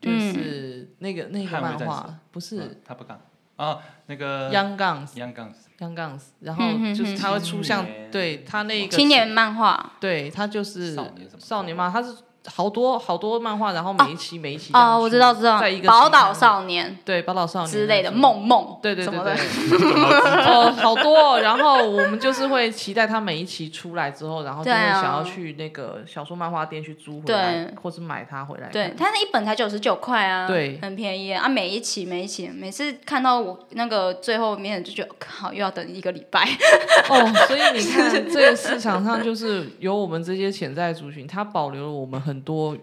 就是嗯那个那个捍卫漫战士画，不是嗯他不杠啊，那个 Young Guns。央杠 Young Guns，然后嗯哼就是他会出像青年对他那个青年漫画，对他就是少年什么少年嘛，他是好多好多漫画，然后每一期每一期这样哦，我知道，知道在一，个宝期刊岛少年对宝岛少年之类的，那种梦梦，对对什对么的对，， 哦，好多、哦。然后我们就是会期待它每一期出来之后，然后就会对啊想要去那个小说漫画店去租回来，或是买它回来看。对，它那一本才九十九块啊，对很便宜啊。啊每一期每一期，每次看到我那个最后面就觉得，靠，又要等一个礼拜。哦，所以你看，这个市场上就是有我们这些潜在族群，它保留了我们很多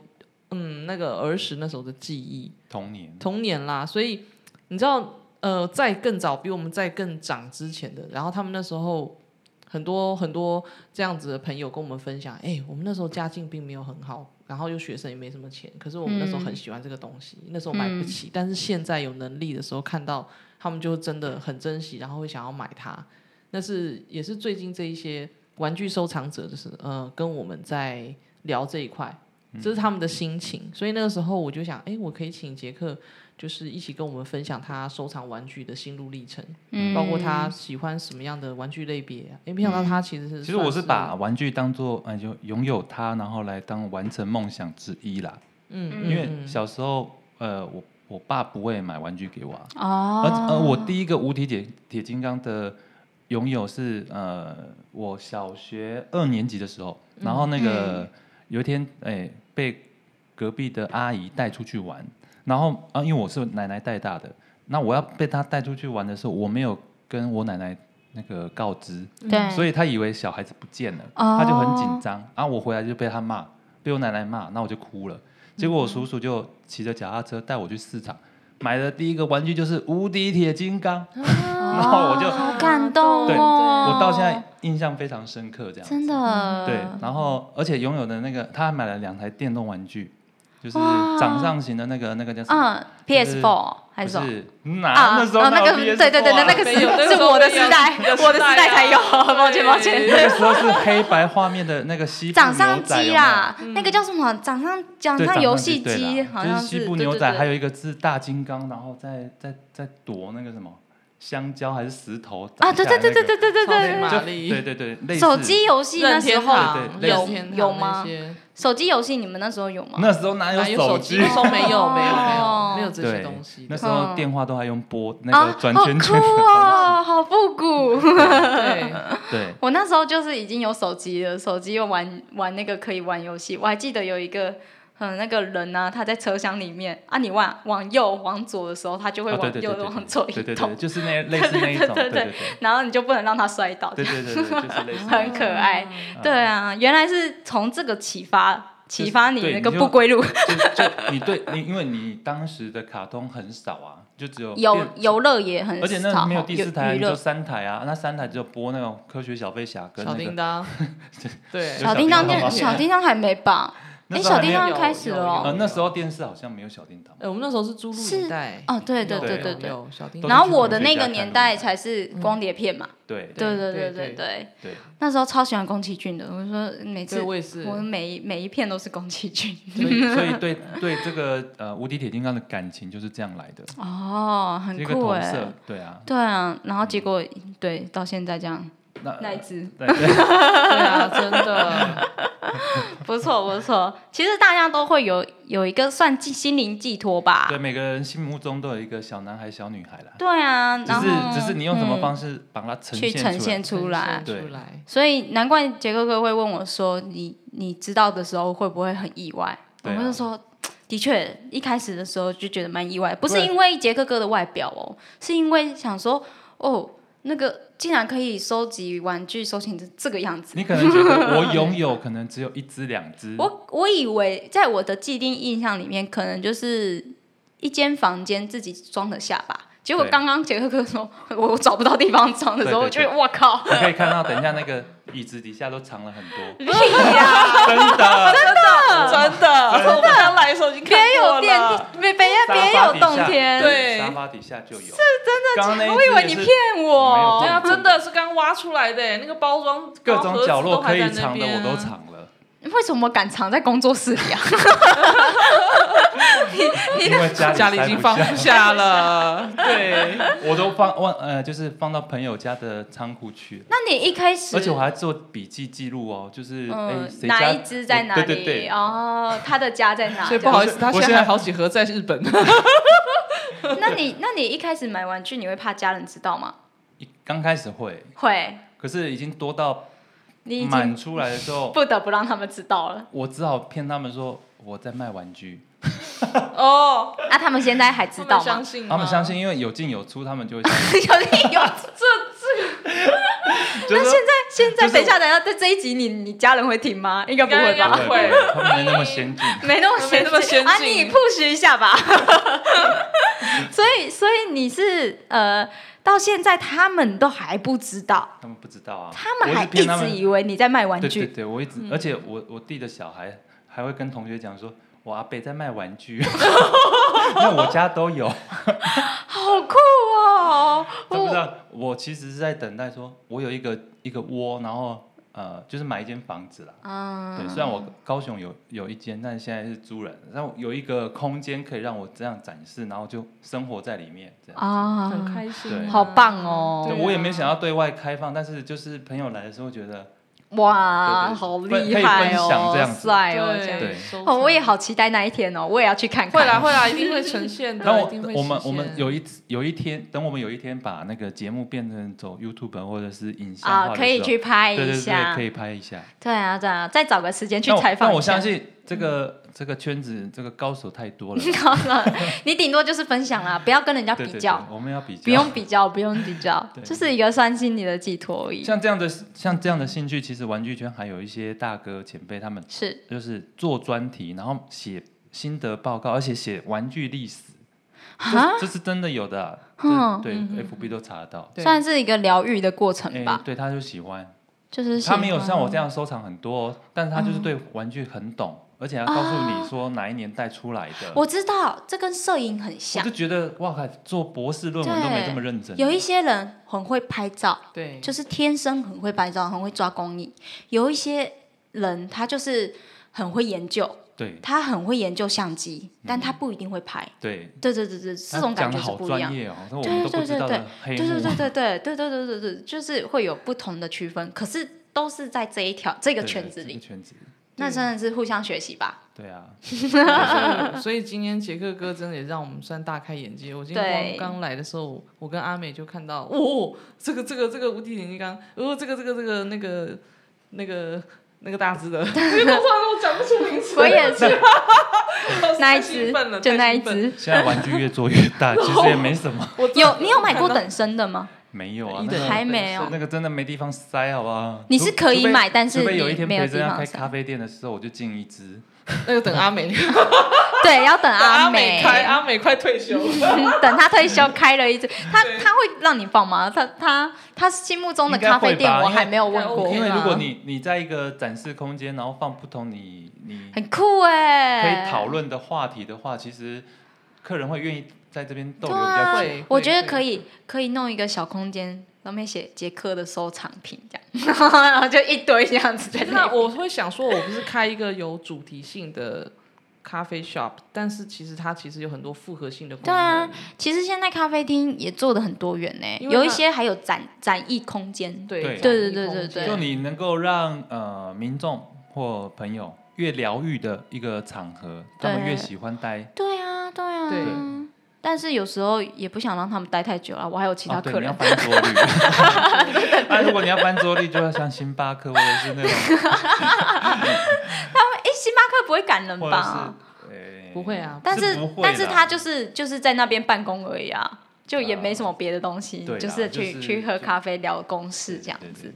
嗯那个儿时那时候的记忆、童年，童年啦。所以你知道，呃，在更早比我们在更长之前的，然后他们那时候。很多很多这样子的朋友跟我们分享，哎、我们那时候家境并没有很好，然后又学生也没什么钱，可是我们那时候很喜欢这个东西，那时候买不起，但是现在有能力的时候看到，他们就真的很珍惜，然后会想要买它。那是也是最近这一些玩具收藏者，就是呃，跟我们在聊这一块，嗯这是他们的心情。所以那个时候我就想，哎、我可以请杰克，就是一起跟我们分享他收藏玩具的心路历程，嗯包括他喜欢什么样的玩具类别、啊。哎、没想到他其实是算，嗯其实我是把玩具当做，哎，就拥有它，然后来当完成梦想之一啦。嗯，嗯，因为嗯小时候，呃，我我爸不会买玩具给我啊，而哦，而我第一个无敌铁铁金刚的拥有是呃，我小学二年级的时候，然后那个、有一天哎、被隔壁的阿姨带出去玩，然后啊因为我是奶奶带大的，那我要被她带出去玩的时候，我没有跟我奶奶那个告知，对，所以以她以为小孩子不见了，嗯哦她就很紧张，啊我回来就被她骂，被我奶奶骂，那我就哭了。结嗯果我叔叔就骑着脚踏车带我去市场，买的第一个玩具就是无敌铁金刚。哦然后我就好感动哦，对我我到现在印象非常深刻，这样真的嗯对。然后，而且拥有的那个，他还买了两台电动玩具，就是哇掌上型的那个那个叫什么？嗯，PS4 还不是什么？是，那啊，那时候啊哪那有个 PS4 啊对对对对，那个没是有那个是时候我的没时有代那个，时我的时代代才有，啊抱歉抱歉 对。那个时候是黑白画面的那个西部掌上牛仔机啊有没有啦，那个叫什么？掌上掌对，掌啊上游戏对机啦好就像是西部对牛对仔，对还有一个是大金刚，然后再再再夺那个什么香蕉还是石头啊，对对对对对对对超级对玛就丽对对对，类对，似手机游戏那任时天候堂对对类有似有吗任？天堂手机游戏你们那时候有吗？那时候哪那些哪有手机？那时候没有没有没哦有没有这些对东西的。那时嗯候电话都还用拨那啊个，转好圈圈酷的方哦，好复古。 对，式， 对，我那时候就是已经有手机了，手机又玩玩那个可以玩游戏。我还记得有一个嗯那个人啊，他在车厢里面啊，你往往右往左的时候，他就会哦对往对右对对往左对移对对，动，就是那类似那一种，对对对对对对然后你就不能让他摔倒，对对对对，就是类似那 很种可爱。嗯对啊，原来是从这个启发就是启发你对那你个就不归路，嗯就就你对你，因为你当时的卡通很少啊，就只有游电游乐也很少，而且那没有第四台，娱你就乐。三台啊，那三台只有播那种科学小飞侠跟小那叮个， 当，对，有小小叮当叮当电吗小叮当还没吧？那哎，时候小还叮没有当开始了有哦有呃，那时候电视好像没有小叮当，哎，我们那时候是租录是影带。哦，对对有对有对有对。有小叮都当。然后去我同的学那家个看年的代嘛才是光碟片嘛，对对对对对对对对， 对，那时候超喜欢宫崎骏的，我就说每次对，我也是。我每一每一片都是宫崎骏。所以所以对对这个呃无敌铁金刚的感情就是这样来的，哦，很这个酷投哎射，，对啊，对啊，然后结果对到现在这样，那那一只对对对啊，真的。 不错不错。其实大家都会有有一个算寄心灵寄托吧对，，每个人心目中都有一个小男孩、小女孩啦，对啊，只然后是只是你用什么嗯方式把它呈去现出呈来现。出来来，。对出来。所以难怪杰哥哥会问我说：“你你知道的时候会不会很意外？”对啊我就说：“的确，一开始的时候就觉得蛮意外，不是对因为杰哥哥的外表哦，是因为想说哦，那个竟然可以收集玩具收集成这个样子。你可能觉得我拥有可能只有一只、两只，我我以为在我的既定印象里面，可能就是一间房间自己装得下吧。结果对刚刚杰哥哥说 我我找不到地方装的时候，对对我觉得我靠， 你可以看到，等一下那个椅子底下都藏了很多，屁呀、真的，真 的， 我们刚来的时候已经看别过有了电梯，别别别有洞天，对沙发底下就有，是真的我以为你骗我，没对有啊，真的是刚挖出来的，那个包装各包盒种子角都落可还在以那藏的边我啊 都藏了，为什么敢藏在工作室里啊？因为家里家里已塞经不放不下了， 对， 我都放忘呃，就是放到朋友家的仓库去了。 那你一开始，而且我还做笔记记录哦，就是哎、嗯谁，哪家哦一只在哪里？对对对，哦，他的家在哪？所以不好意思。思，他我现现在在还好几盒在日本， 那你那你一开始买玩具，你会怕家人知道吗？一刚开始会，会，可是已经多到你已经满出来的时候，不得不让他们知道了。我只好骗他们说我在卖玩具，哦，那、啊他们现在还知他们道吗相？信吗他们相信，因为有进有出，他们就会相信。有有就是 那说现在现在、就是等一下等一下，在这一集你你家人会听吗？应该不会应该吧？不会，不会他们没那么先进。没那么没那么先进啊，你 push 一下吧。 所以所以你是呃，到现在他们都还不知道，他们不知道啊，他我们还是骗一他直们以为你在卖玩对对具。嗯对，我一直，而且我我弟的小孩还会跟同学讲说，我阿伯在卖玩 具，因为我家都有。好酷哦！他不知我道，我其实是在等待说，我有一个一个窝，然后呃，就是买一间房子啦。对，嗯，虽然我高雄有有一间，但是现在是租人，然后有一个空间可以让我这样展示，然后就生活在里面这样。啊，很开心啊，对好棒哦！对，我也没想要对外开放，但是就是朋友来的时候觉得，哇，对对好可以厉害可以分享哦这，样子哎帅哦！这样对对，收藏哦，我也好期待那一天哦，我也要去看看。会啦会啦，一定会呈现的然，后一定会我我们实我们现有一次有一天，等我们有一天把那个节目变成走 YouTube 或者是影像化啊，的可以时候去拍对一对对，下可。以拍一下。对啊，对啊，再找个时间去但我采访一下。。但我相信这个这个圈子这个高手太多了 好了， 你顶多就是分享啦，不要跟人家对比对较，对，我们要比较，不用比较，不用比较， 对就是一个算心理的寄托而已。像这样的像这样的兴趣，其实玩具圈还有一些大哥前辈，他们是就是做专题，然后写心得报告，而且写玩具历史，啊，这是真的有的啊、嗯对嗯嗯对嗯，FB 都查得到。对算是一个疗愈的过程哎吧，，对，他就喜欢，就是嗯喜他没有欢像我这样收藏很多哦，但是他就是对玩具很懂，而且还告诉你说哪一年代出来的。哦我知道这跟摄影很我像就，觉得哇靠，做博士论文都没对这么认真。有一些人很会拍照，对，就是天生很会拍照，很会抓工艺；有一些人他就是很会研究，对他很会研究相机，但他不一定会拍。对，对对对对，这嗯他种感讲觉得是好不一样专。业哦，那我对们都对不知对道对的 黑对对幕。对对对对对对对对，就是会有不同的区分，可是都是在这一条这个对圈子这个里，圈子里，那嗯真的是互相学习 吧。对啊，所以今天杰克哥真的也让我们算大开眼界。我今对天刚刚来的时候，我跟阿美就看 到，哦，这个这个这个无敌铁金刚，哦，这个这个这个那个那个那个大只 的，因为通常我讲不出名字，我也是那太一兴只奋了，，就太那一兴奋只。现在玩具越做越 大，其实也没什么，我真的有你有买 过看到等身的吗？没有啊一，那等个还没哦等身那个真的没地方塞，好不好？你是可以除非买但是除非有你一天没有陪着地他方开塞咖啡店的时候，我就进一只。那个等阿美，对，要等阿美美，开，阿美快退休了， 等他 退休开了一只，他他会让你放吗？他他他心目中的咖啡店应该会吧我还没有问应过对该，OK 因为啦如果你你在一个展示空间，然后放不同你你很酷可哎，以讨。论的话题的话，其实客人会愿意在这边逗对留比较啊久。会我觉得会可以，可以弄一个小空间，上面写杰克的收藏品这样， 然后就一堆这样子在 那那 里。我会想说，我不是开一个有主题性的咖啡 shop，但是其实它其实有很多复合性的功对啊能。其实现在咖啡厅也做的很多元呢、因为它有一些还有展展艺空间。对对展对翼对空对间对就你能够让呃民众或朋友越疗愈的一个场合，他们对越喜欢待。哦对啊，对啊。对但是有时候也不想让他们待太久了，我还有其他哦，对，客你人。要翻桌率。那如果你要翻桌率，就要像星巴克或者是那种，哎、星巴克不会赶人或吧？ 者是呃不会啊但是不会啦但是他就是就是在那边办公而已啊，就也没什么别的东西，对啦是去、就是去喝咖啡聊公事这样对啊对子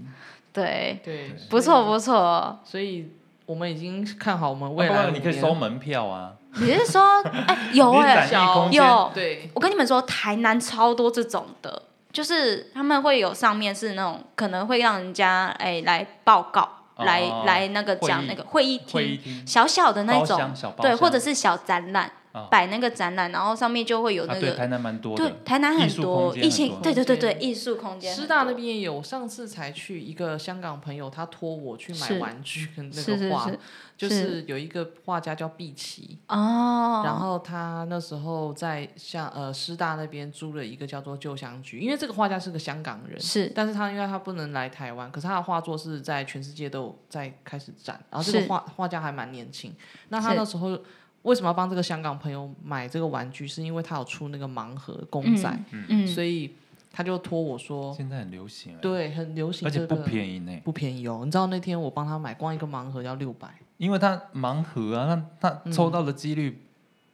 对。对，对，不错嗯不错。所以我们已经看好我们啊未不来五然年。你可以收门票啊，你是 说，哎、有你哎、展示空间有，对，我跟你们说，台南超多这种的，就是他们会有上面是那种可能会让人家哎、来报告，哦来来那个讲会议那个会议会议厅，厅、小小的那包种厢、，小包对，厢，或者是小展览，哦摆那个展览，然后上面就会有啊，那对，个、台南蛮多对的，台南艺很术空多间疫很情，多哦对对对对，空艺术空间很多，师大那边也有，上次才去一个香港朋友，他托我去买是玩具跟那是是个画，是就是是有一个画家叫碧琪，哦，然后他那时候在像呃师大那边租了一个叫做旧香居，因为这个画家是个香港人，是但是他因为他不能来台湾，可是他的画作是在全世界都有在开始展，然后这是个画画家还蛮年轻。那他是那时候为什么要帮这个香港朋友买这个玩具？是因为他有出那个盲盒公仔，嗯，所以他就托我说，现在很流行哎，对，很流行、而这且个，不便宜呢，不便宜哦。你知道那天我帮他买，光一个盲盒要六百，因为它盲盒啊，那它抽到的几率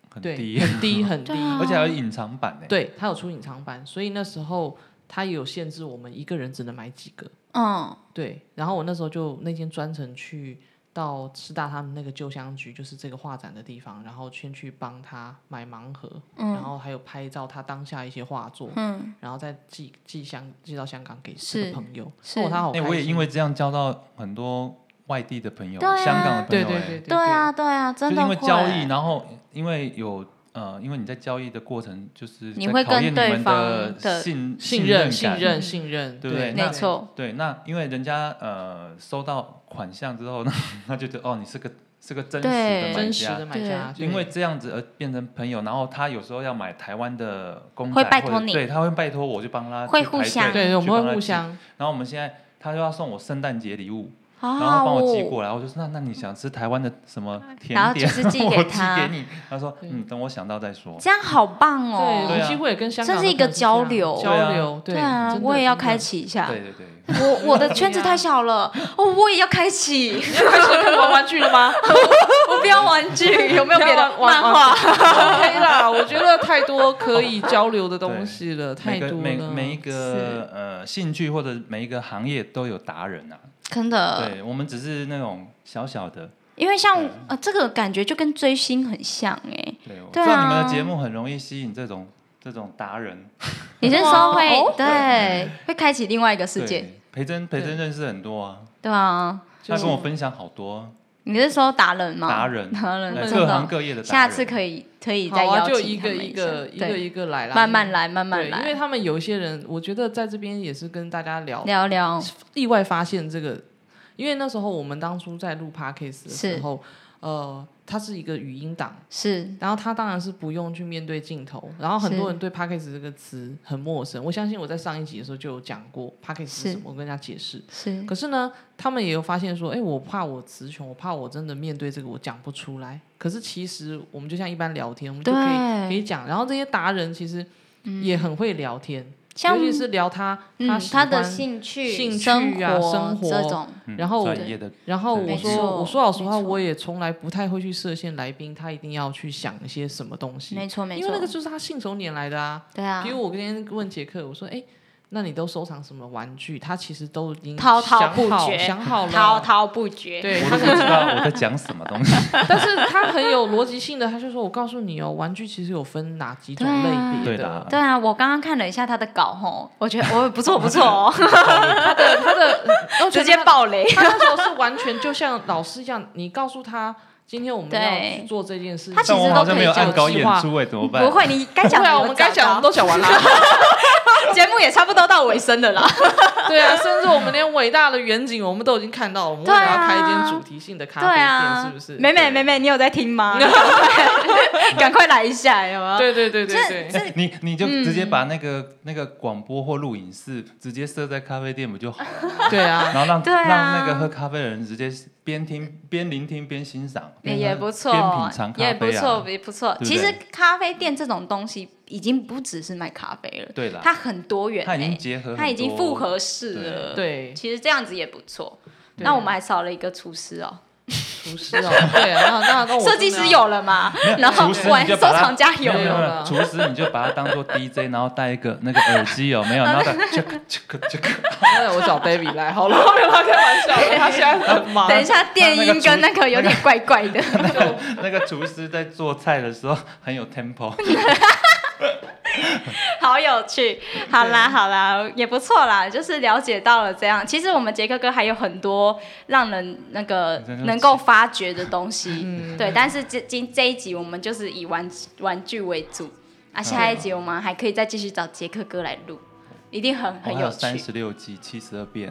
很对，低，很低很低 对。啊 而且还有隐藏版欸呢。对他有出隐藏版，所以那时候他也有限制，我们一个人只能买几个。嗯对，然后我那时候就那天专程去到师大他们那个旧香局，就是这个画展的地方，然后先去帮他买盲盒，然嗯后还有拍照他当下一些画作，嗯，然后再寄寄香寄到香港给这是个朋友。是哦，他好开哎，心。我也因为这样交到很多外地的朋友，对啊香港的朋对友对哎，对对啊对啊，真就的是因为交会易，然后因为有呃，因为你在交易的过程，就是你在会考验跟你对们方的的信信任任信感任信任，对不对没那错，对，那因为人家呃收到款项之后呢，那 就觉得哦，你是个是个真实对的买真实家的。买家，啊对因为这样子而变成朋友，然后他有时候要买台湾的公仔，会拜托或者你对，他会拜托我去帮他会去互排队相对，我去们帮会他互寄。相然后我们现在他又要送我圣诞节礼物，好然后好帮我寄哦过来，我就说那那你想吃台湾的什么甜点，然后就是寄给我他寄给你。他说对嗯，等我想到再说。这样好棒哦！对，对有啊机会也跟香港这的是一朋个友这样交流交流，对啊，真的我也要真的开启一下。对对对，我我的圈子太小了，哦，我也要开啊启。你要开始看玩玩具了吗？ 我不要玩具，有没有别的玩漫画？OK 啦，我觉得太多可以交流的东西了，太每多个了。每每一是个呃兴趣或者每一个行业都有达人啊。真的，对我们只是那种小小的，因为像对呃，这个感觉就跟追星很像哎。对，我知对啊道你们的节目很容易吸引这种这种达人你是说会哇哦对，会开启另外一个世界，对，培珍培珍认识很多啊，对啊。就他是跟我分享好多你是说达人吗？达人，达人，呃嗯真各行的。各业的达下人。次可以可以再好啊，邀就请一他个们一个下一个对一个来啦，慢慢来，慢慢对因为来，他们有一些人，我觉得在这边也是跟大家聊，聊聊。意外发现这个，因为那时候我们当初在录 podcast 的时候，呃，它是一个语音档，是然后他当然是不用去面对镜头，然后很是多人对 podcast 这个词很陌生，我相信我在上一集的时候就有讲过 podcast 是是什么，我跟大家解释。是，可是呢，他们也有发现说，哎，我怕我词穷，我怕我真的面对这个我讲不出来。可是其实我们就像一般聊天，我们就可对嗯以可以讲。然后这些达人其实也很会聊天，像尤其是聊他他嗯，喜他欢的兴趣、兴趣生啊活、生活这种，嗯然后专业的然后对我没说错我说老实话，没错我也从来不太会去设限来宾，他一定要去想一些什么东西，没错没错，因为那个就是他信手拈来的啊。对啊比，如我今天问杰克，我说，哎。那你都收藏什么玩具？他其实都已经滔滔想不好绝想好了，滔滔不绝，对，啊我他都不知道我在讲什么东西。 但是他很有逻辑性的，他就说：“我告诉你哦，玩具其实有分哪几种类别对的。啦，对啊，我刚刚看了一下他的稿吼，我觉得我不错不错 哦，他的他 的，呃然后直接爆。爆雷，他那时候是完全就像老师一样，你告诉他今天我们对要去做这件事情，他其但实我都好可像没以有讲按高计演划出哎，怎么办？不会，你该讲对的啊，有我们该讲讲的到都讲完了。节目也差不多到尾声了啦，对啊，甚至我们连伟大的远景我们都已经看到了，我们为对啊了要开一间主题性的咖啡对店，啊，是不是？美美美美，你有在听 吗？ 赶快赶快来一下，有没有？对对对对这对，这哎你你就直嗯接把那个那个广播或录影室直接设在咖啡店不就好了？对啊，然后让 对啊让那个喝咖啡的人直接边听边聆听边欣赏，也边也不错边品尝，也咖不啡错，啊。也不错。对不其实对咖啡店这种东西已经不只是卖咖啡了，对啦，它很多元它已经欸，结合，它已经复。合式了。，对，其实这样子也不错。对那我们还少了一个厨师哦，厨师哦，对啊，那那那我设计真的师要有了嘛没有，然后厨师玩你就收把它藏家没有有没有没了，有，厨师你就把它当做 DJ，然后戴一个那个耳机有没有？然后再 check check check，那我找 baby 来好了， 没有啦，开玩笑的，他现在很忙。等一下电音跟那个有点怪怪的，那个那个厨师在做菜的时候很有 tempo， 好有趣。好啦好啦，也不错啦，就是了解到了这样。其实我们杰克哥还有很多让人那个真的是嗯能够发掘的东西，对。但是这今这一集我们就是以玩玩具为主，嗯啊，下一集我们还可以再继续找杰克哥来录，一定很很我还有有趣。三十六计、七十二变，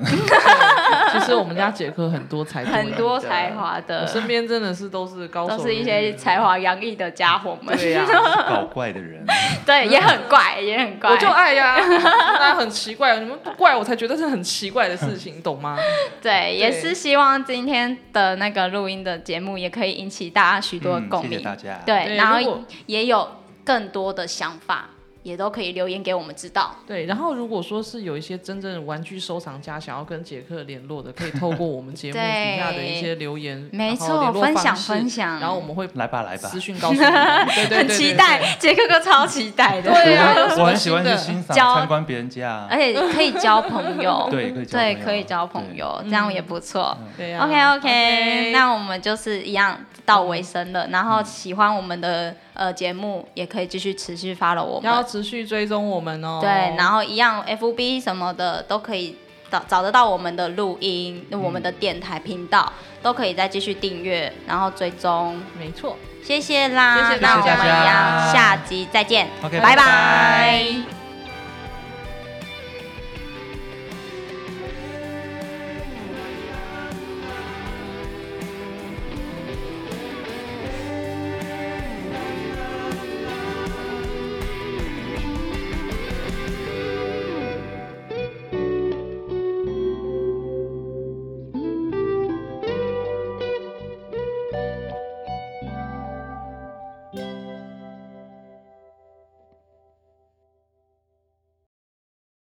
其实我们家杰克很多才， 很多才，华的我，身边真的是都是高手，都是一些才。华洋溢的家伙们，对呀、啊搞怪的人。 对，也嗯很怪，也很怪。我就爱呀、那很奇怪，你们不怪我才觉得是很奇怪的事情，懂 吗？对，也是希望今天的那个录音的节目也可以引起大家许多的嗯共谢鸣，谢大家。对，对然如后果也有更多的想法，也都可以留言给我们知道。对，然后如果说是有一些真正的玩具收藏家想要跟杰克联络的，可以透过我们节目对底下的一些留言，没然后错，联络分享方式分享，然后我们会来吧来吧私，讯告诉 你们，对对对很期待，杰克哥超期待的，对啊有什么我很喜欢去新欣赏教参观别人家啊而，且可以交朋友，对可以交对，朋友嗯可以交朋友，这样也不错。对啊 OK OK， OK 那我们就是一样到尾声了，然后喜欢我们的呃节目，也可以继续持续 follow 我要们，持续追踪我们哦。对，然后一样 FB 什么的都可以找找得到我们的录音，我们的电台频道都可以再继续订阅，然后追踪，没错。谢谢啦，谢谢那我大家们一样下集再见 OK，拜拜拜